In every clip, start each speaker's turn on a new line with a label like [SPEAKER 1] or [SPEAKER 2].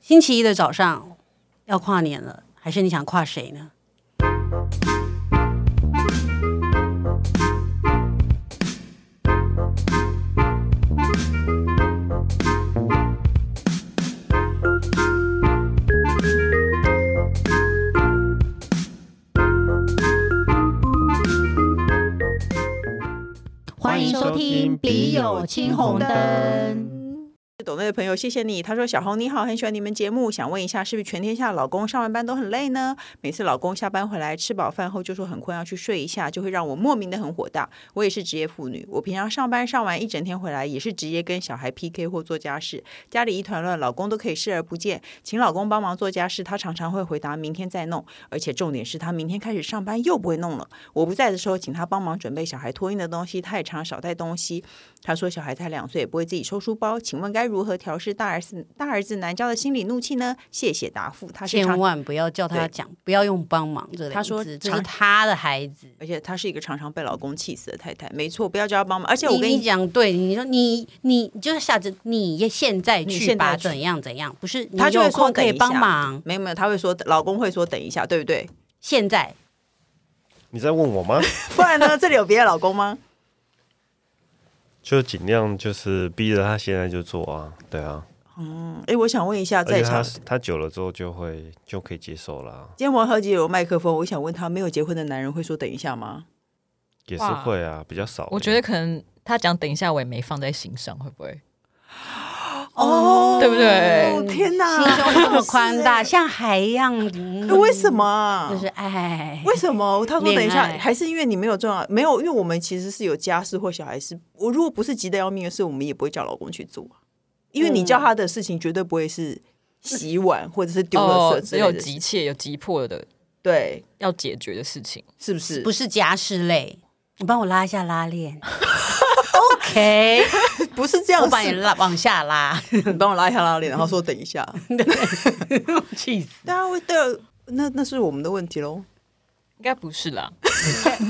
[SPEAKER 1] 星期一的早上要跨年了，还是你想跨谁呢？
[SPEAKER 2] 欢迎收听《笔友青红灯》。
[SPEAKER 3] 嗯懂内的朋友，谢谢你。他说：“小红你好，很喜欢你们节目，想问一下，是不是全天下老公上完班都很累呢？每次老公下班回来吃饱饭后就说很困，要去睡一下，就会让我莫名的很火大。我也是职业妇女，我平常上班上完一整天回来，也是直接跟小孩 PK 或做家事，家里一团乱，老公都可以视而不见。请老公帮忙做家事，他常常会回答明天再弄，而且重点是他明天开始上班又不会弄了。我不在的时候，请他帮忙准备小孩托运的东西，他也常少带东西。他说小孩才两岁，不会自己收书包，请问该如何调试大儿子大儿子难教的心理怒气呢？谢谢答复。他是
[SPEAKER 1] 千
[SPEAKER 3] 常，
[SPEAKER 1] 万不要叫他
[SPEAKER 3] 对
[SPEAKER 1] 讲，不要用帮忙这两个字，
[SPEAKER 3] 他说
[SPEAKER 1] 这是
[SPEAKER 3] 常
[SPEAKER 1] 他的孩子。
[SPEAKER 3] 而且她是一个常常被老公气死的太太。没错，不要叫她帮忙。而且我
[SPEAKER 1] 你
[SPEAKER 3] 跟
[SPEAKER 1] 你
[SPEAKER 3] 你
[SPEAKER 1] 讲对，你说你你你就是下着你也现在
[SPEAKER 3] 你
[SPEAKER 1] 去
[SPEAKER 3] 现在
[SPEAKER 1] 吧，
[SPEAKER 3] 去
[SPEAKER 1] 怎样怎样？不是你
[SPEAKER 3] 他就会
[SPEAKER 1] 有空
[SPEAKER 3] 说
[SPEAKER 1] 可以
[SPEAKER 3] 等一
[SPEAKER 1] 帮
[SPEAKER 3] 下
[SPEAKER 1] 忙，
[SPEAKER 3] 没有没有，他会说老公会说等一下，对不对？
[SPEAKER 1] 现在
[SPEAKER 4] 你在问我吗？
[SPEAKER 3] 不然呢？这里有别的老公吗？
[SPEAKER 4] 就尽量就是逼着他现在就做啊，对啊，
[SPEAKER 3] 嗯，哎，我想问一下，
[SPEAKER 4] 而且
[SPEAKER 3] 在
[SPEAKER 4] 他
[SPEAKER 3] 场
[SPEAKER 4] 他久了之后就会就可以接受啦、
[SPEAKER 3] 今天王小姐有麦克风，我想问她，没有结婚的男人会说等一下吗？
[SPEAKER 4] 也是会啊，比较少。
[SPEAKER 5] 我觉得可能他讲等一下，我也没放在心上，会不会？
[SPEAKER 3] 哦
[SPEAKER 5] 对不对
[SPEAKER 1] 嗯
[SPEAKER 3] 天
[SPEAKER 1] 心
[SPEAKER 3] 哪，
[SPEAKER 1] 胸这么宽 大，
[SPEAKER 3] 是
[SPEAKER 1] 像海一样，嗯
[SPEAKER 3] 哎为什么啊？
[SPEAKER 1] 就是哎，
[SPEAKER 3] 为什么？他说等一
[SPEAKER 1] 恋
[SPEAKER 3] 下
[SPEAKER 1] 爱，
[SPEAKER 3] 还是因为你没有重要，没有，因为我们其实是有家事或小孩事。我如果不是急得要命的事，我们也不会叫老公去做啊，因为你叫他的事情绝对不会是洗碗或者是丢垃圾
[SPEAKER 5] 哦，
[SPEAKER 3] 之
[SPEAKER 5] 只
[SPEAKER 3] 类
[SPEAKER 5] 有
[SPEAKER 3] 的事，
[SPEAKER 5] 急切、有急迫的
[SPEAKER 3] 对，
[SPEAKER 5] 要解决的事情。
[SPEAKER 3] 是不是？
[SPEAKER 1] 不是家事类？你帮我拉一下拉 链，OK，
[SPEAKER 3] 不是这样
[SPEAKER 1] 我把你
[SPEAKER 3] 是
[SPEAKER 1] 拉往下 拉，
[SPEAKER 3] 你帮我拉一下拉链，然后说等一下，
[SPEAKER 1] 气死！
[SPEAKER 3] 大家会对，啊那那是我们的问 题喽。
[SPEAKER 5] 应该不是啦，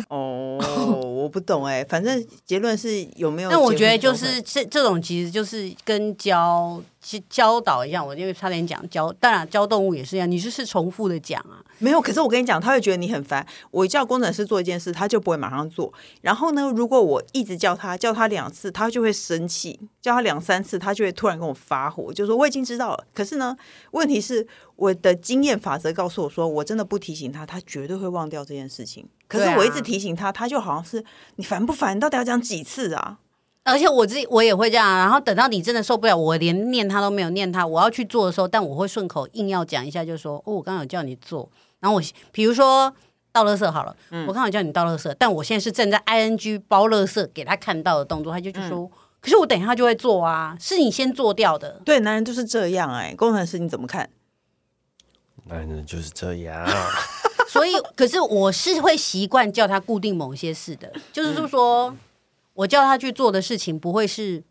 [SPEAKER 3] 哦，我不懂哎、反正结论是有没有？
[SPEAKER 1] 那我觉得就是这这种其实就是跟教其教导一样，我因为差点讲教，当然教动物也是一样，你就是重复的讲啊，
[SPEAKER 3] 没有，可是我跟你讲，他会觉得你很烦。我叫工程师做一件事，他就不会马上做。然后呢，如果我一直叫他，叫他两次，他就会生气；叫他两三次，他就会突然跟我发火，就说我已经知道了。可是呢，问题是我的经验法则告诉我说，我真的不提醒他，他绝对会忘掉这件事情。可是
[SPEAKER 1] 对啊
[SPEAKER 3] 我一直提醒他，他就好像是你烦不烦？你到底要讲几次啊？
[SPEAKER 1] 而且我自己我也会这样啊，然后等到你真的受不了，我连念他都没有念他，我要去做的时候，但我会顺口硬要讲一下，就说哦，我刚刚有叫你做，然后我比如说倒垃圾好了，我刚好叫你倒垃圾，但我现在是正在 ing 包垃圾给他看到的动作，他就就说，可是我等一下就会做啊，是你先做掉的，
[SPEAKER 3] 对，男人就是这样哎、工程师你怎么看？
[SPEAKER 4] 男人哎就是这 样，
[SPEAKER 1] 所以，可是我是会习惯叫他固定某些事 的，就是说，我叫他去做的事情不会是，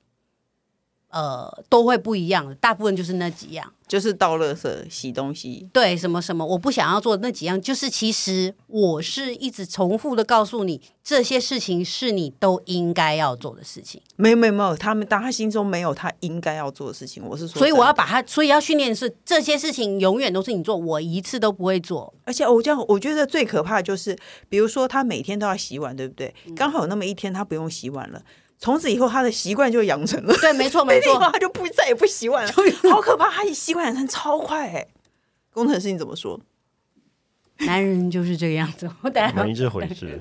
[SPEAKER 1] 呃，都会不一样的，大部分就是那几样。
[SPEAKER 3] 就是倒垃圾、洗东西，
[SPEAKER 1] 对，什么什么，我不想要做的那几样，就是其实我是一直重复的告诉你，这些事情是你都应该要做的事情，
[SPEAKER 3] 没有没有没有，他们当他心中没有他应该要做的事情，我是说真的，
[SPEAKER 1] 所以我要把它，所以要训练的是这些事情永远都是你做，我一次都不会做。
[SPEAKER 3] 而且我这样，我觉得最可怕的就是，比如说他每天都要洗碗，对不对？刚好有那么一天他不用洗碗了，从此以后他的习惯就养成了，
[SPEAKER 1] 对，没错，没
[SPEAKER 3] 那天以后
[SPEAKER 1] 错，
[SPEAKER 3] 他就不再也不洗碗了，好可怕！他习惯养成超快哎、工程师你怎么说？
[SPEAKER 1] 男人就是这个样子。我等一
[SPEAKER 4] 我
[SPEAKER 1] 下
[SPEAKER 4] 们一直回事。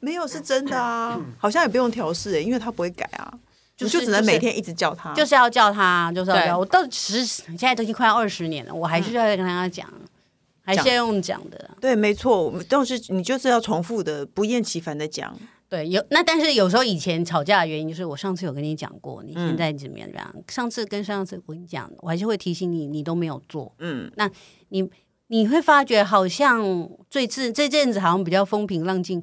[SPEAKER 3] 没有是真的啊，好像也不用调试哎、因为他不会改啊，
[SPEAKER 1] 就
[SPEAKER 3] 就是就只能每天一直叫他，
[SPEAKER 1] 就是要叫他，就是要
[SPEAKER 5] 对
[SPEAKER 1] 叫我到十，现在都已经快要二十年了，我还是要跟他讲，还是要用讲的。
[SPEAKER 3] 对，没错，我们都是你就是要重复的，不厌其烦的讲，
[SPEAKER 1] 对，有那但是有时候以前吵架的原因就是我上次有跟你讲过，你现在怎么样？怎么样？上次跟上次我跟你讲，我还是会提醒你，你都没有做。
[SPEAKER 3] 嗯，
[SPEAKER 1] 你会发觉好像最近这阵子好像比较风平浪静，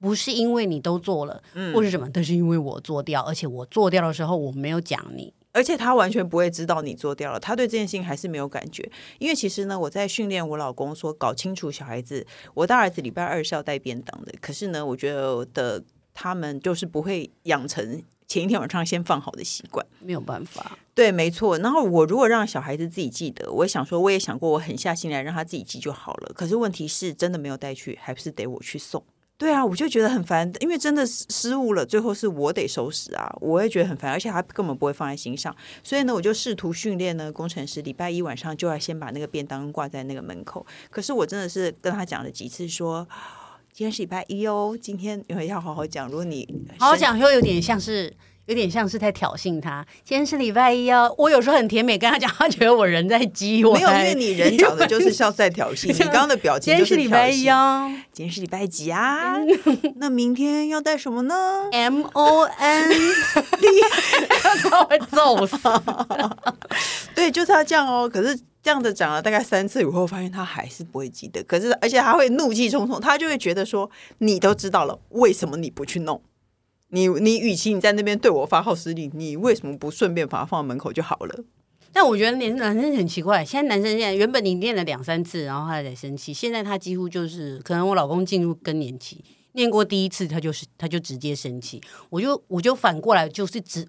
[SPEAKER 1] 不是因为你都做了，或是什么，但是因为我做掉，而且我做掉的时候我没有讲你。
[SPEAKER 3] 而且他完全不会知道你做掉了，他对这件事情还是没有感觉。因为其实呢，我在训练我老公说搞清楚小孩子，我大儿子礼拜二是要带便当的，可是呢，我觉得我的他们就是不会养成。前一天晚上先放好的习惯。
[SPEAKER 1] 没有办法，
[SPEAKER 3] 对，没错。然后我如果让小孩子自己记得，我也想说，我也想过，我狠下心来让他自己记就好了。可是问题是，真的没有带去，还不是得我去送。对啊，我就觉得很烦，因为真的失失误了，最后是我得收拾啊，我也觉得很烦，而且他根本不会放在心上。所以呢，我就试图训练呢，工程师礼拜一晚上就要先把那个便当挂在那个门口。可是我真的是跟他讲了几次说。今天是礼拜一哦，今天要好好讲。如果你
[SPEAKER 1] 好好
[SPEAKER 3] 身
[SPEAKER 1] 讲又有点像是。有点像是在挑衅他。今天是礼拜一哦，我有时候很甜美跟他讲，他觉得我人在激我。
[SPEAKER 3] 没有，因为你人讲的 就是像在挑衅，你刚刚的表情
[SPEAKER 1] 今天
[SPEAKER 3] 就是是
[SPEAKER 1] 礼拜
[SPEAKER 3] 挑衅
[SPEAKER 1] 一哦
[SPEAKER 3] 今天是礼拜 几啊？那明天要带什么呢？
[SPEAKER 1] ，M O N，他会揍死。
[SPEAKER 3] 对，就是要这样哦。可是这样的讲了大概三次以后，发现他还是不会记得。可是而且他会怒气冲冲，他就会觉得说你都知道了，为什么你不去弄？你你，与其你在那边对我发号施令，你为什么不顺便把它放在门口就好了？
[SPEAKER 1] 但我觉得男男生很奇怪，现在男生现在原本你念了两三次，然后他才生气，现在他几乎就是，可能我老公进入更年期，念过第一次他就是他就直接生气，我就我就反过来就是直，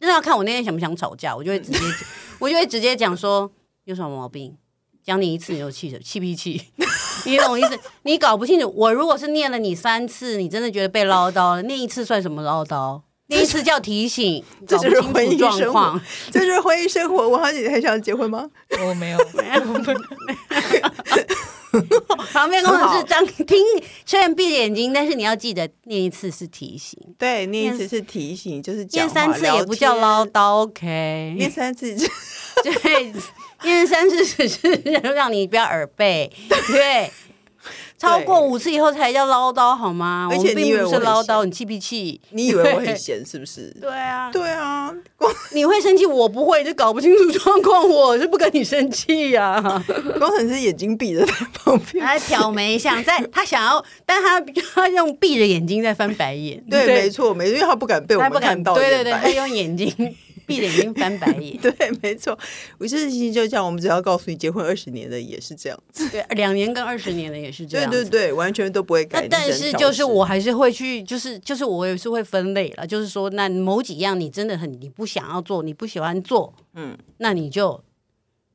[SPEAKER 1] 那要看我那天想不想吵架，我就会 直接我就会直接讲说有什么毛病。讲你一次你就气气脾气， 你懂我意思？你搞不清楚。我如果是念了你三次，你真的觉得被唠叨了，念一次算什么唠叨？念一次叫提醒，
[SPEAKER 3] 这
[SPEAKER 1] 搞不
[SPEAKER 3] 就是
[SPEAKER 1] 清
[SPEAKER 3] 婚
[SPEAKER 1] 楚
[SPEAKER 3] 姻
[SPEAKER 1] 状
[SPEAKER 3] 生活
[SPEAKER 1] 况。
[SPEAKER 3] 这就是婚姻生活。文豪姐姐还想结婚吗？
[SPEAKER 5] 我没有，
[SPEAKER 1] 旁边工程师张听，虽然闭着眼睛，但是你要记得念一次是提醒，
[SPEAKER 3] 对，那一
[SPEAKER 1] 念
[SPEAKER 3] 次是提醒，就是讲
[SPEAKER 1] 念
[SPEAKER 3] 话
[SPEAKER 1] 三次也不叫唠，叨，OK？
[SPEAKER 3] 聊天 念三次就
[SPEAKER 1] 对，念三次只是让你不要耳背，对。超过五次以后才叫唠叨好吗？
[SPEAKER 3] 而
[SPEAKER 1] 我
[SPEAKER 3] 且
[SPEAKER 1] 们
[SPEAKER 3] 你以
[SPEAKER 1] 并
[SPEAKER 3] 为
[SPEAKER 1] 不
[SPEAKER 3] 我
[SPEAKER 1] 是
[SPEAKER 3] 很
[SPEAKER 1] 唠
[SPEAKER 3] 闲
[SPEAKER 1] 叨， 你气不气？
[SPEAKER 3] 你以为我很闲是不是？
[SPEAKER 1] 对啊，
[SPEAKER 3] 对啊，
[SPEAKER 1] 你会生气，我不会，就搞不清楚状况，我是不跟你生气呀、
[SPEAKER 3] 工程师眼睛闭着在旁 边。
[SPEAKER 1] 他挑眉想在，他想要，但他他用闭着眼睛在翻白眼，
[SPEAKER 3] 对，没错，没错，因为他不敢被我
[SPEAKER 1] 他
[SPEAKER 3] 们
[SPEAKER 1] 不
[SPEAKER 3] 看
[SPEAKER 1] 敢，
[SPEAKER 3] 到
[SPEAKER 1] 对对
[SPEAKER 3] 眼
[SPEAKER 1] 对，他
[SPEAKER 3] 白。
[SPEAKER 1] 用眼睛 闭着眼睛翻白眼。
[SPEAKER 3] 对，没错，我这事情就这样。我们只要告诉你，结婚二十年的也是这样子。
[SPEAKER 1] 对，两年跟二十年的也是这
[SPEAKER 3] 对
[SPEAKER 1] 样
[SPEAKER 3] 对
[SPEAKER 1] 子。
[SPEAKER 3] 对，完全都不会改。
[SPEAKER 1] 那
[SPEAKER 3] 你
[SPEAKER 1] 但
[SPEAKER 3] 只能
[SPEAKER 1] 是
[SPEAKER 3] 调
[SPEAKER 1] 就是
[SPEAKER 3] 试
[SPEAKER 1] 我还是会去，就是就是我也是会分类了，就是说那某几样你真的很你不想要做，你不喜欢做，
[SPEAKER 3] 嗯
[SPEAKER 1] 嗯，那你就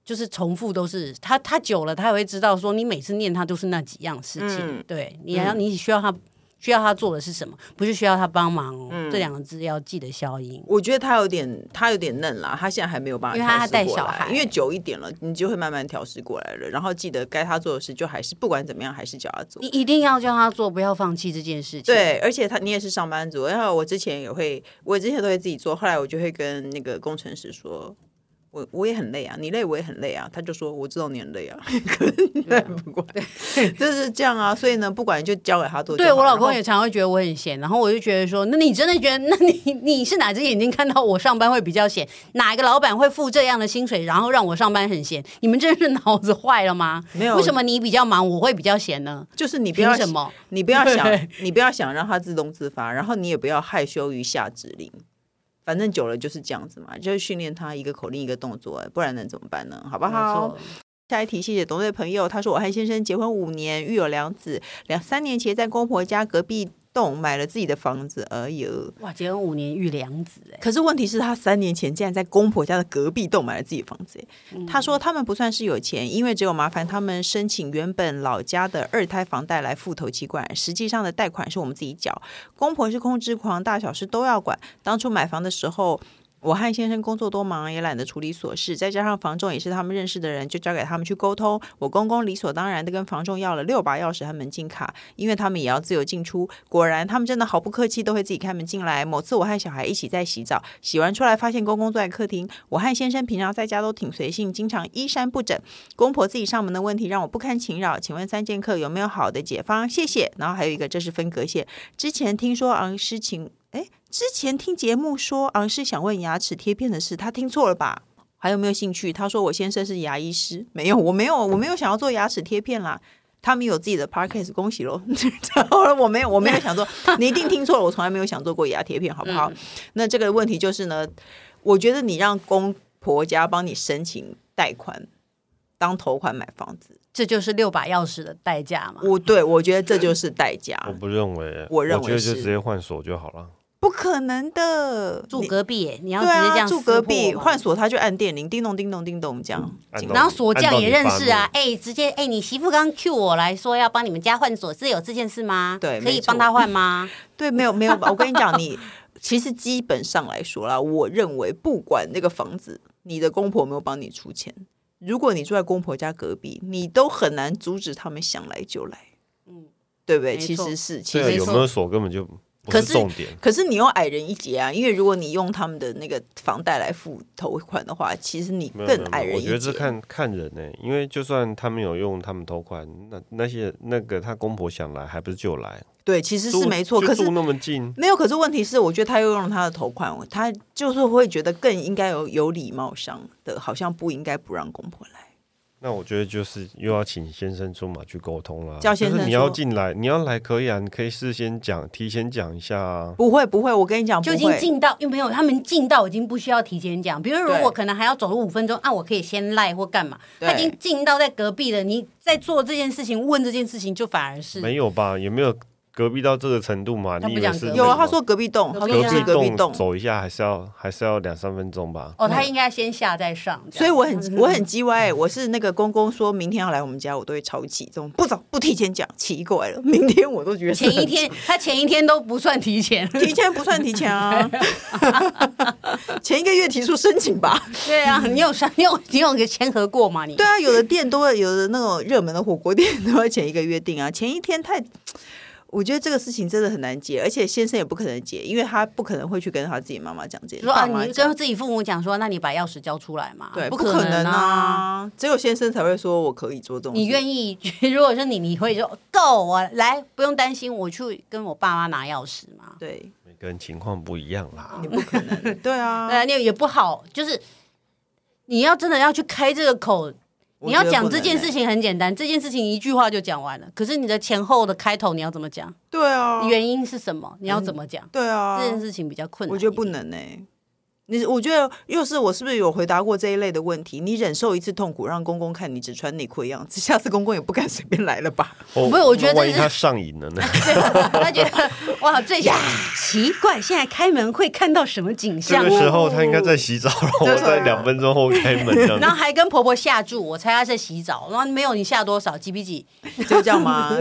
[SPEAKER 1] 就是重复都是他他久了他也会知道说你每次念他都是那几样事情，
[SPEAKER 3] 嗯
[SPEAKER 1] 对，你要、你需要他需要他做的是什么，不是需要他帮忙哦，
[SPEAKER 3] 嗯
[SPEAKER 1] 这两个字要记得消音。
[SPEAKER 3] 我觉得他有点，他有点嫩啦，他现在还没有办法
[SPEAKER 1] 因
[SPEAKER 3] 调
[SPEAKER 1] 为
[SPEAKER 3] 试过
[SPEAKER 1] 他
[SPEAKER 3] 来，
[SPEAKER 1] 还带小孩
[SPEAKER 3] 因为久一点了，你就会慢慢调试过来了。然后记得该他做的事，就还是不管怎么样，还是叫他做
[SPEAKER 1] 你。一定要叫他做，不要放弃这件事情。
[SPEAKER 3] 对，而且他你也是上班族，然后我之前也会，我之前都会自己做，后来我就会跟那个工程师说，我我也很累啊，你累我也很累啊，他就说我知道你很累啊，可是你也不管，就是这样啊，所以呢，不管就交给他做就好。
[SPEAKER 1] 对我老公
[SPEAKER 3] 然
[SPEAKER 1] 也
[SPEAKER 3] 后。
[SPEAKER 1] 常会觉得我很闲，然后我就觉得说，那你真的觉得，那你你是哪只眼睛看到我上班会比较闲？哪一个老板会付这样的薪水，然后让我上班很闲？你们真是 脑子坏了吗？
[SPEAKER 3] 没有
[SPEAKER 1] 为什么你比较忙，我会比较闲呢？
[SPEAKER 3] 就是你不
[SPEAKER 1] 凭
[SPEAKER 3] 要
[SPEAKER 1] 什么？
[SPEAKER 3] 你不要想
[SPEAKER 1] 对，
[SPEAKER 3] 你不要想让他自动自发，然后你也不要害羞于下指令，反正久了就是这样子嘛，就是训练他一个口令一个动作，不然能怎么办呢？好不
[SPEAKER 1] 没
[SPEAKER 3] 好？
[SPEAKER 1] 错
[SPEAKER 3] 下一题，谢谢董队朋友，他说我和先生结婚五年，育有两子，两三年前在公婆家隔壁栋买了自己的房子而已。
[SPEAKER 1] 哇，结婚五年育良子、哎，
[SPEAKER 3] 可是问题是，他三年前竟然在公婆家的隔壁栋买了自己的房子。他说他们不算是有钱，因为只有麻烦他们申请原本老家的二胎房贷来付头期款，实际上的贷款是我们自己缴。公婆是控制狂，大小事都要管。当初买房的时候。我和先生工作多忙，也懒得处理琐事，再加上房仲也是他们认识的人，就交给他们去沟通。我公公理所当然的跟房仲要了六把钥匙和门禁卡，因为他们也要自由进出。果然，他们真的毫不客气，都会自己开门进来。某次我和小孩一起在洗澡，洗完出来发现公公坐在客厅。我和先生平常在家都挺随性，经常衣衫不整。公婆自己上门的问题让我不堪其扰。请问三剑客有没有好的解方？谢谢。然后还有一个，这是分隔线。之前听说昂诗情，哎，之前听节目说昂诗想问牙齿贴片的事，他听错了吧？还有没有兴趣？他说我先生是牙医师，没有，我没有，我没有想要做牙齿贴片啦。他们有自己的 podcast，恭喜喽！然后我没有，我没有想做，你一定听错了，我从来没有想做过牙贴片，好不好？那这个问题就是呢，我觉得你让公婆家帮你申请贷款当头款买房子，
[SPEAKER 1] 这就是六把钥匙的代价嘛。
[SPEAKER 3] 我对我觉得这就是代价。
[SPEAKER 4] 我不认为，
[SPEAKER 3] 我认为
[SPEAKER 4] 觉得就是直接换锁就好了。
[SPEAKER 3] 不可能的，
[SPEAKER 1] 住
[SPEAKER 3] 你
[SPEAKER 1] 隔壁耶，你要直
[SPEAKER 3] 对
[SPEAKER 1] 接这
[SPEAKER 3] 啊，
[SPEAKER 1] 样
[SPEAKER 3] 住
[SPEAKER 1] 撕
[SPEAKER 3] 隔
[SPEAKER 1] 破
[SPEAKER 3] 壁
[SPEAKER 1] 嘛
[SPEAKER 3] 换锁，他就按电铃，叮咚叮咚叮咚这样。
[SPEAKER 4] 嗯按
[SPEAKER 1] 然后
[SPEAKER 4] 到
[SPEAKER 1] 锁
[SPEAKER 4] 你
[SPEAKER 1] 匠也认识啊，，
[SPEAKER 4] 按到
[SPEAKER 1] 哎、直接哎、你媳妇刚 Q 我来说要帮你们家换锁，是有这件事吗？
[SPEAKER 3] 对
[SPEAKER 1] 可以
[SPEAKER 3] 没错
[SPEAKER 1] 帮他换吗？
[SPEAKER 3] 对，没有没有吧，我跟你讲，你其实基本上来说啦，我认为不管那个房子，你的公婆有没有帮你出钱，如果你住在公婆家隔壁，你都很难阻止他们想来就来，嗯
[SPEAKER 1] 嗯，
[SPEAKER 3] 对不对？
[SPEAKER 1] 没
[SPEAKER 3] 其
[SPEAKER 1] 错
[SPEAKER 3] 实是其
[SPEAKER 4] 你
[SPEAKER 1] 对没
[SPEAKER 4] 爸妈对，啊有
[SPEAKER 3] 实是
[SPEAKER 1] 错
[SPEAKER 4] 没有锁根本就不
[SPEAKER 3] 可
[SPEAKER 4] 是
[SPEAKER 3] 是
[SPEAKER 4] 重点。
[SPEAKER 3] 可是你又矮人一截啊，因为如果你用他们的那个房贷来付头款的话，其实你
[SPEAKER 4] 没有
[SPEAKER 3] 更
[SPEAKER 4] 没有
[SPEAKER 3] 矮
[SPEAKER 4] 没有
[SPEAKER 3] 人
[SPEAKER 4] 我
[SPEAKER 3] 一截。
[SPEAKER 4] 觉得这看看人呢、因为就算他们有用他们投款，那那些那个他公婆想来，还不是就来？
[SPEAKER 3] 对，其实是
[SPEAKER 4] 住
[SPEAKER 3] 没错。
[SPEAKER 4] 就
[SPEAKER 3] 可是
[SPEAKER 4] 住那么近，
[SPEAKER 3] 没有，可是问题是，我觉得他又用了他的头款，他就是会觉得更应该有有礼貌上的，好像不应该不让公婆来。
[SPEAKER 4] 那我觉得就是又要请先生出马去沟通啦。
[SPEAKER 3] 叫先生
[SPEAKER 4] 就是你要
[SPEAKER 3] 说
[SPEAKER 4] 进来，你要来可以啊，你可以事先讲，提前讲一下啊。
[SPEAKER 3] 不会，不会，我跟你讲，
[SPEAKER 1] 就已
[SPEAKER 3] 不
[SPEAKER 1] 经
[SPEAKER 3] 会
[SPEAKER 1] 进到，因为没有他们进到已经不需要提前讲，比如如
[SPEAKER 3] 对
[SPEAKER 1] 果可能还要走路五分钟，啊，我可以先赖或干嘛，
[SPEAKER 3] 对
[SPEAKER 1] 他已经进到在隔壁了，你在做这件事情，问这件事情，就反而是
[SPEAKER 4] 没有吧？也没有隔壁到这个程度嘛？
[SPEAKER 1] 他
[SPEAKER 4] 你
[SPEAKER 1] 不
[SPEAKER 4] 以为
[SPEAKER 1] 讲
[SPEAKER 4] 是
[SPEAKER 1] 隔壁
[SPEAKER 3] 有啊。
[SPEAKER 4] 那
[SPEAKER 3] 他
[SPEAKER 4] 种
[SPEAKER 3] 说隔壁栋，他
[SPEAKER 1] 隔
[SPEAKER 3] 说
[SPEAKER 1] 壁
[SPEAKER 3] 是隔壁
[SPEAKER 4] 栋
[SPEAKER 3] 栋，
[SPEAKER 4] 走一下还是要还是要两三分钟吧？
[SPEAKER 1] 哦，他应该先下再上，这样嗯
[SPEAKER 3] 所以我很我很鸡歪。我是那个公公说明天要来我们家，我都会超气，这种不早不提前讲，奇怪了。明天我都觉得是
[SPEAKER 1] 前一
[SPEAKER 3] 很
[SPEAKER 1] 天他前一天都不算提前，
[SPEAKER 3] 提前不算提 前啊，前一个月提出申请吧。
[SPEAKER 1] 对啊，你有上你有你有个签合过吗？你
[SPEAKER 3] 对啊，有的店都会，有的那种热门的火锅店 都要前一个月订啊，前一天太。我觉得这个事情真的很难解，而且先生也不可能解，因为他不可能会去跟他自己妈妈讲
[SPEAKER 1] 就
[SPEAKER 3] 这些。
[SPEAKER 1] 说啊，
[SPEAKER 3] 爸妈
[SPEAKER 1] 你
[SPEAKER 3] 讲
[SPEAKER 1] 跟自己父母讲说，那你把钥匙交出来嘛？
[SPEAKER 3] 对，
[SPEAKER 1] 不
[SPEAKER 3] 不
[SPEAKER 1] 可
[SPEAKER 3] 能
[SPEAKER 1] 啊！
[SPEAKER 3] 啊，只有先生才会说我可以做这种事。
[SPEAKER 1] 你
[SPEAKER 3] 意？
[SPEAKER 1] 愿意？ 如果是你，你会说够我来，不用担心，我去跟我爸妈拿钥匙嘛。
[SPEAKER 3] 对，
[SPEAKER 4] 每个人情况不一样啦。
[SPEAKER 1] 嗯
[SPEAKER 3] 你不可能。对啊，
[SPEAKER 1] 对啊，那也不好，就是你要真的要去开这个口，
[SPEAKER 3] 我
[SPEAKER 1] 你
[SPEAKER 3] 觉
[SPEAKER 1] 要
[SPEAKER 3] 得
[SPEAKER 1] 讲
[SPEAKER 3] 不
[SPEAKER 1] 这
[SPEAKER 3] 能
[SPEAKER 1] 件
[SPEAKER 3] 欸
[SPEAKER 1] 事。情很简单，这件事情一句话就讲完了。可是你的前后的开头你要怎么讲？
[SPEAKER 3] 对啊，
[SPEAKER 1] 原因是什么？你要怎么讲？
[SPEAKER 3] 对啊，
[SPEAKER 1] 这件事情比较困难一点。
[SPEAKER 3] 我觉得不能呢、欸你我觉得又是我是不是有回答过这一类的问题？你忍受一次痛苦，让公公看你只穿内裤的样子，下次公公也不敢随便来了吧？
[SPEAKER 4] 哦
[SPEAKER 1] 不是我觉得
[SPEAKER 4] 那万一
[SPEAKER 1] 这是
[SPEAKER 4] 他上 瘾了呢？
[SPEAKER 1] 他觉得哇，最想奇怪，现在开门会看到什么景
[SPEAKER 4] 这
[SPEAKER 1] 象？
[SPEAKER 4] 个时候他应该在洗澡，然后我在两分钟后开门这样
[SPEAKER 1] 然
[SPEAKER 4] 子。
[SPEAKER 1] 后还跟婆婆下注，我猜她在洗澡，然后没有你下多少几比几，
[SPEAKER 3] 就这样吗？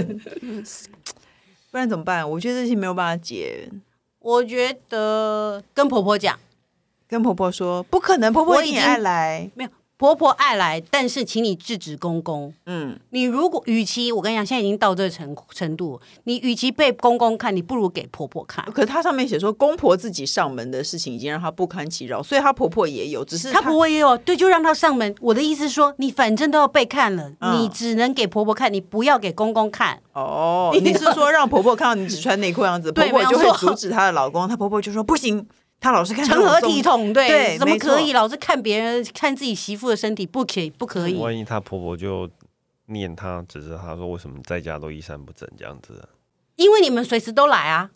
[SPEAKER 3] 不然怎么办？我觉得这些没有办法解。
[SPEAKER 1] 我觉得跟婆婆讲，
[SPEAKER 3] 跟婆婆说不可能，婆婆
[SPEAKER 1] 我
[SPEAKER 3] 你
[SPEAKER 1] 已
[SPEAKER 3] 也
[SPEAKER 1] 经
[SPEAKER 3] 爱来，
[SPEAKER 1] 没有婆婆爱来，但是请你制止公公。
[SPEAKER 3] 嗯，
[SPEAKER 1] 你如果与其我跟你讲，现在已经到这个程程度，你与其被公公看，你不如给婆婆看。
[SPEAKER 3] 可是她上面写说公婆自己上门的事情已经让她不堪其扰，所以她婆婆也有，只是
[SPEAKER 1] 她婆婆也有对，就让她上门。我的意思说，你反正都要被看了，
[SPEAKER 3] 嗯
[SPEAKER 1] 你只能给婆婆看，你不要给公公看。
[SPEAKER 3] 哦，你是说让婆婆看到你只穿内裤 的样子，婆
[SPEAKER 1] 对
[SPEAKER 3] 婆
[SPEAKER 1] 没有
[SPEAKER 3] 就会
[SPEAKER 1] 错
[SPEAKER 3] 阻止她的老公，她婆婆就说不行，她老是看
[SPEAKER 1] 成何体统？对，
[SPEAKER 3] 对
[SPEAKER 1] 怎么
[SPEAKER 3] 没错
[SPEAKER 1] 可以老是看别人看自己媳妇的身体？不可以，不可以。
[SPEAKER 3] 嗯
[SPEAKER 4] 万一她婆婆就念她，只是她说为什么在家都衣衫不整这样子啊？
[SPEAKER 1] 因为你们随时都来啊，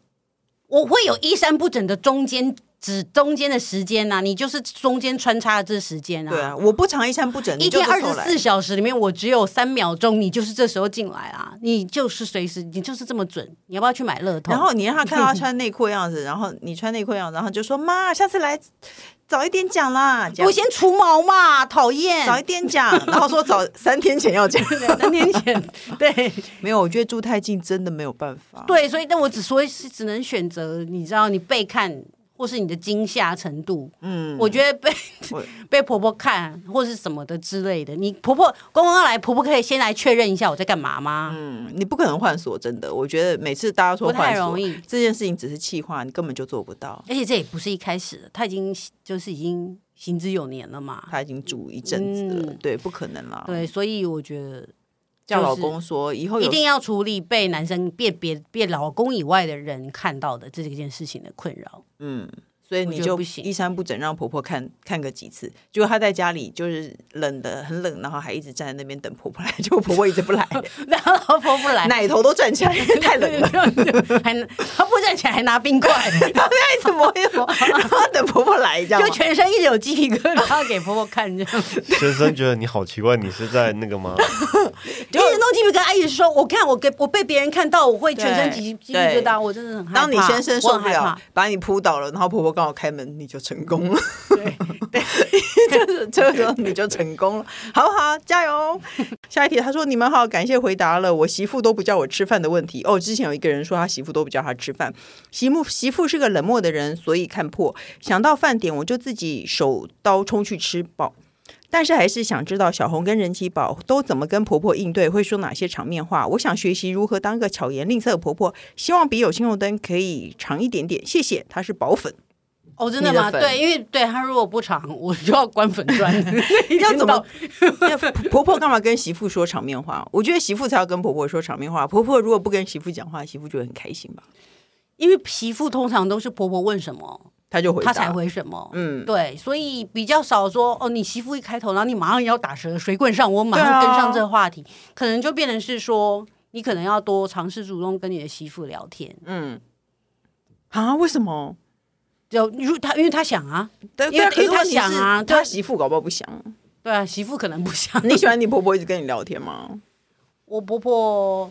[SPEAKER 1] 我会有衣衫不整的中间指中间的时间呐、啊你就是中间穿插的这时间啊。
[SPEAKER 3] 对啊，我不常衣衫不整，
[SPEAKER 1] 一天二十四
[SPEAKER 3] 四，
[SPEAKER 1] 小时里面，我只有三秒钟，你就是这时候进来啊，你就是随时，你就是这么准。你要不要去买乐透？
[SPEAKER 3] 然后你让他看到他穿内裤的样子，然后你穿内裤的样子，然后就说妈，下次来早一点讲 啦，这样
[SPEAKER 1] 我先除毛嘛，讨厌。
[SPEAKER 3] 早一点讲，然后说早三天前要讲。
[SPEAKER 1] 三天前，对
[SPEAKER 3] 没有，我觉得住太近真的没有办法。，
[SPEAKER 1] 对，所以但我只说是只能选择，你知道，你被看或是你的惊吓程度，
[SPEAKER 3] 嗯，
[SPEAKER 1] 我觉得被
[SPEAKER 3] 我
[SPEAKER 1] 被婆婆看或是什么的之类的，你婆婆公公要来，婆婆可以先来确认一下我在干嘛吗？
[SPEAKER 3] 嗯，你不可能换锁，真的。我觉得每次大家说
[SPEAKER 1] 不太
[SPEAKER 3] 换锁
[SPEAKER 1] 容易
[SPEAKER 3] 这件事情只是气话，你根本就做不到。
[SPEAKER 1] 而且这也不是一开始的，他已经就是已经行之有年了嘛。
[SPEAKER 3] 他已经住一阵子了，
[SPEAKER 1] 嗯
[SPEAKER 3] 对，不可能啦。
[SPEAKER 1] 对，所以我觉得
[SPEAKER 3] 叫老
[SPEAKER 1] 就是
[SPEAKER 3] 公说以后有
[SPEAKER 1] 一定要处理被男生、被别、被老公以外的人看到的这件事情的困扰。
[SPEAKER 3] 嗯，所以
[SPEAKER 1] 我
[SPEAKER 3] 你
[SPEAKER 1] 觉得
[SPEAKER 3] 就
[SPEAKER 1] 不行
[SPEAKER 3] 衣衫不整，让婆婆看看个几次。结果她在家里就是冷的很冷，然后还一直站在那边等婆婆来，结果婆婆一 直不来，
[SPEAKER 1] 然后老婆不来，
[SPEAKER 3] 奶头都站起来，因 为太冷了，
[SPEAKER 1] 还拿他不站起来还拿冰块，
[SPEAKER 3] 一直磨一直磨， 然后等婆婆来，这样
[SPEAKER 1] 就全身一直有鸡皮疙瘩，要给婆婆看这样，
[SPEAKER 4] 先生觉得你好奇怪，你是在那个吗？
[SPEAKER 1] 一直弄鸡皮疙瘩，一直说我看我给我被别人看到，我会全身鸡
[SPEAKER 3] 对
[SPEAKER 1] 鸡皮疙瘩，我真的很害怕。
[SPEAKER 3] 当你先生
[SPEAKER 1] 我
[SPEAKER 3] 受
[SPEAKER 1] 很
[SPEAKER 3] 不
[SPEAKER 1] 害
[SPEAKER 3] 了
[SPEAKER 1] 怕，，
[SPEAKER 3] 把你扑倒了，然后婆婆刚好开门，你就成功了。 对，就是这个时候你就成 功了。好好，加油！下一题，他说：“你们好，感谢回答了我媳妇都不叫我吃饭的问题。”哦，之前有一个人说他媳妇都不叫他吃饭，媳妇媳妇是个冷漠的人，所以看破。想到饭点，我就自己手刀冲去吃饱。但是还是想知道小红跟人气宝都怎么跟婆婆应对，会说哪些场面话。我想学习如何当个巧言令色的婆婆，希望笔友青红灯可以长一点点。谢谢，她是 宝粉。
[SPEAKER 1] 哦，真的吗？
[SPEAKER 3] 你的粉
[SPEAKER 1] 对，因为对他如果不长，我就要关粉 砖。
[SPEAKER 3] 要怎么？那婆婆干嘛跟媳妇说场面话？我觉得媳妇才要跟婆婆说场面话。婆婆如果不跟媳妇讲话，媳妇就会很开心吧？
[SPEAKER 1] 因为媳妇通常都是婆婆问什么，
[SPEAKER 3] 她就回答，
[SPEAKER 1] 她才回什么。
[SPEAKER 3] 嗯。
[SPEAKER 1] 对，所以比较少说哦，你媳妇一开头，然后你马上要打蛇随棍上，我马
[SPEAKER 3] 对
[SPEAKER 1] 上
[SPEAKER 3] 啊
[SPEAKER 1] 跟上这个话题，可能就变成是说，你可能要多尝试主动跟你的媳妇聊天。
[SPEAKER 3] 嗯，啊？为什么？
[SPEAKER 1] 就如他，因为他想啊，
[SPEAKER 3] 但
[SPEAKER 1] 因为
[SPEAKER 3] 但可是
[SPEAKER 1] 因为她
[SPEAKER 3] 问题是
[SPEAKER 1] 想啊
[SPEAKER 3] 她
[SPEAKER 1] 对
[SPEAKER 3] 媳妇搞不好不想。
[SPEAKER 1] 对啊，媳妇可能不 想。
[SPEAKER 3] 你喜欢你婆婆一直跟你聊 天吗？
[SPEAKER 1] 我婆婆，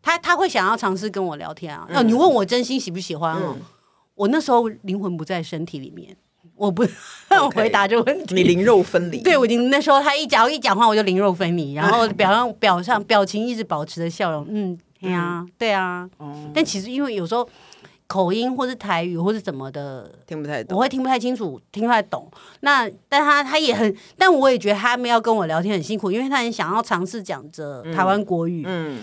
[SPEAKER 1] 她她会想要尝试跟我聊天
[SPEAKER 3] 嗯
[SPEAKER 1] 啊。那、你问我真心喜不喜欢哦？我那时候灵魂不在身体里面，我不 回答这个问题。
[SPEAKER 3] 你灵肉分离，
[SPEAKER 1] 对，我已经那时候他一讲一讲话，我就灵肉分离，然
[SPEAKER 3] 嗯
[SPEAKER 1] 后表上表上表情一直保持着笑容，嗯，对啊，对啊。
[SPEAKER 3] 哦，
[SPEAKER 1] 但其实因为有时候口音或是台语或是怎么的，
[SPEAKER 3] 听不太懂。
[SPEAKER 1] 我会听不太清楚，听不太懂。那但他他也很，但我也觉得他们要跟我聊天很辛苦，因为他很想要尝试讲着台湾国语。
[SPEAKER 3] 嗯，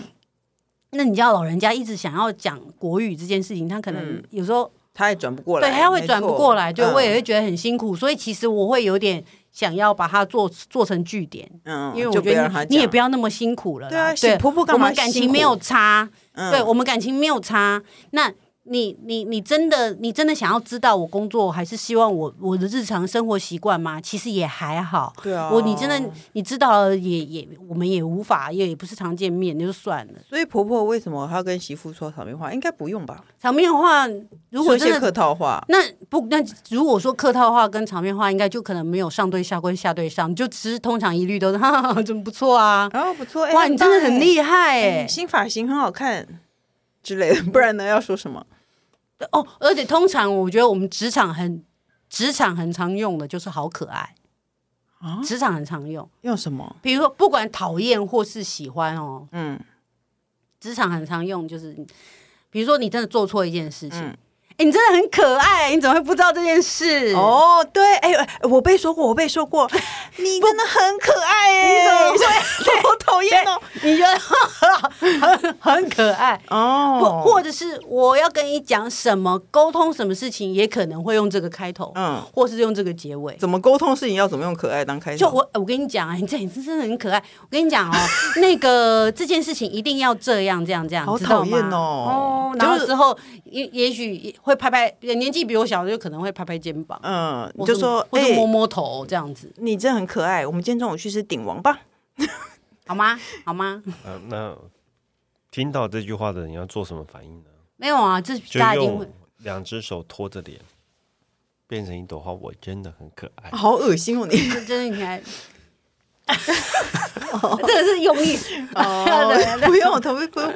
[SPEAKER 1] 那你知道老人家一直想要讲国语这件事情，他可能
[SPEAKER 3] 嗯
[SPEAKER 1] 有时候、
[SPEAKER 3] 他也转不过来，
[SPEAKER 1] 对他会
[SPEAKER 3] 没
[SPEAKER 1] 转不
[SPEAKER 3] 错
[SPEAKER 1] 过来，对、
[SPEAKER 3] 嗯
[SPEAKER 1] 我也会觉得很辛苦。所以其实我会有点想要把它做做成据点。
[SPEAKER 3] 嗯，
[SPEAKER 1] 因为
[SPEAKER 3] 就
[SPEAKER 1] 我
[SPEAKER 3] 不
[SPEAKER 1] 觉
[SPEAKER 3] 要
[SPEAKER 1] 得
[SPEAKER 3] 让
[SPEAKER 1] 你
[SPEAKER 3] 他
[SPEAKER 1] 你也
[SPEAKER 3] 讲
[SPEAKER 1] 不要那么辛苦了啦。
[SPEAKER 3] 对啊
[SPEAKER 1] 对，
[SPEAKER 3] 婆婆干
[SPEAKER 1] 我
[SPEAKER 3] 嘛
[SPEAKER 1] 们感
[SPEAKER 3] 辛
[SPEAKER 1] 情
[SPEAKER 3] 苦
[SPEAKER 1] 没有差，
[SPEAKER 3] 嗯
[SPEAKER 1] 对我们感情没有差。那你你你真的你真的想要知道我工作，还是希望我我的日常生活习惯吗？其实也还好。
[SPEAKER 3] 对啊，
[SPEAKER 1] 我你真的你知道了也也我们也无法也也不是常见面，那就算了。
[SPEAKER 3] 所以婆婆为什么还要跟媳妇说场面话？应该不用吧？
[SPEAKER 1] 场面话如果
[SPEAKER 3] 说一些
[SPEAKER 1] 真
[SPEAKER 3] 客
[SPEAKER 1] 的
[SPEAKER 3] 套话，
[SPEAKER 1] 那不那如果说客套话跟场面话，应该就可能没有上对下跟下对上，就只是通常一律都是 哈哈哈，真不错啊，
[SPEAKER 3] 哦，不错，哎
[SPEAKER 1] 哇你真的很
[SPEAKER 3] 害
[SPEAKER 1] 厉害哎、
[SPEAKER 3] 新发型很好看之类的，不然呢要说什么？
[SPEAKER 1] 哦，而且通常我觉得我们职场很职场很常用的就是好可爱
[SPEAKER 3] 啊
[SPEAKER 1] 职场很常用。
[SPEAKER 3] 用什么？
[SPEAKER 1] 比如说，不管讨厌或是喜欢哦，
[SPEAKER 3] 嗯
[SPEAKER 1] 职场很常用，就是比如说你真的做错一件事情，哎、
[SPEAKER 3] 嗯，
[SPEAKER 1] 你真的很可爱，你怎么会不知道这件事？
[SPEAKER 3] 哦，对，哎、哎我被说过，我被说 过，你真的很可爱、哎，
[SPEAKER 1] 你怎么
[SPEAKER 3] 会？好讨厌哦！
[SPEAKER 1] 你觉得 很很很可爱，或
[SPEAKER 3] 哦，
[SPEAKER 1] 或者是我要跟你讲什么沟通什么事情，也可能会用这个开头，
[SPEAKER 3] 嗯，
[SPEAKER 1] 或是用这个结尾。
[SPEAKER 3] 怎么沟通事情要怎么用可爱当开头？
[SPEAKER 1] 就我，我跟你讲啊，你 这你真的很可爱。我跟你讲哦，那个这件事情一定要这样这样这样，
[SPEAKER 3] 好
[SPEAKER 1] 知道
[SPEAKER 3] 讨厌
[SPEAKER 1] 吗
[SPEAKER 3] 哦
[SPEAKER 1] 哦，然
[SPEAKER 3] 就
[SPEAKER 1] 后
[SPEAKER 3] 是
[SPEAKER 1] 之后也也许会拍拍，年纪比我小的就可能会拍拍肩膀，
[SPEAKER 3] 嗯，你
[SPEAKER 1] 或
[SPEAKER 3] 就是说，
[SPEAKER 1] 或
[SPEAKER 3] 哎、
[SPEAKER 1] 者摸摸头这样子，
[SPEAKER 3] 你真的很可爱，我们今天中午去吃鼎王吧。
[SPEAKER 1] 好吗？好吗？
[SPEAKER 4] 啊，那听到这句话的人要做什么反应呢？
[SPEAKER 1] 没有啊，这
[SPEAKER 4] 就
[SPEAKER 1] 大家一定会
[SPEAKER 4] 用。两只手托着脸，变成一朵花，我真的很可爱。
[SPEAKER 3] 好恶心哦你！
[SPEAKER 1] 这真的 应该，这个是用意，哦
[SPEAKER 3] 不用，头不用。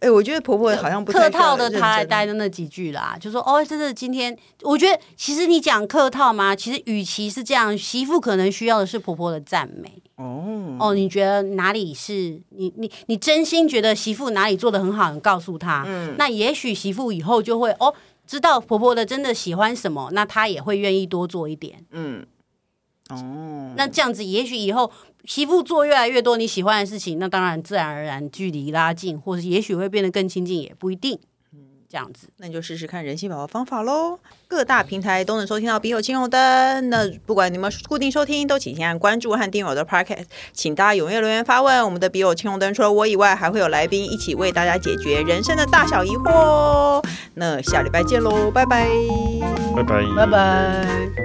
[SPEAKER 3] 哎、我觉得婆婆好像不
[SPEAKER 1] 客
[SPEAKER 3] 太
[SPEAKER 1] 套的，
[SPEAKER 3] 需要
[SPEAKER 1] 他还
[SPEAKER 3] 认真啊
[SPEAKER 1] 待的那几句啦，就说哦，真的今天，我觉得其实你讲客套嘛，其实与其是这样，媳妇可能需要的是婆婆的赞美。
[SPEAKER 3] 哦，
[SPEAKER 1] 哦，你觉得哪里是你你你真心觉得媳妇哪里做的很好，你告诉她，
[SPEAKER 3] 嗯
[SPEAKER 1] 那也许媳妇以后就会哦，知道婆婆的真的喜欢什么，那她也会愿意多做一点。
[SPEAKER 3] 嗯，哦，
[SPEAKER 1] 那这样子，也许以后媳妇做越来越多你喜欢的事情，那当然自然而然距离拉近，或者也许会变得更亲近，也不一定。这样子。
[SPEAKER 3] 那你就试试看人气宝宝方法喽。各大平台都能收听到《笔友青红灯》，那不管你们固定收听，都请先按关注和订阅我的 Podcast。请大家踊跃留言发问，我们的《笔友青红灯》除了我以外，还会有来宾一起为大家解决人生的大小疑惑哦。那下礼拜见喽，拜拜。
[SPEAKER 4] 拜拜，
[SPEAKER 1] 拜拜。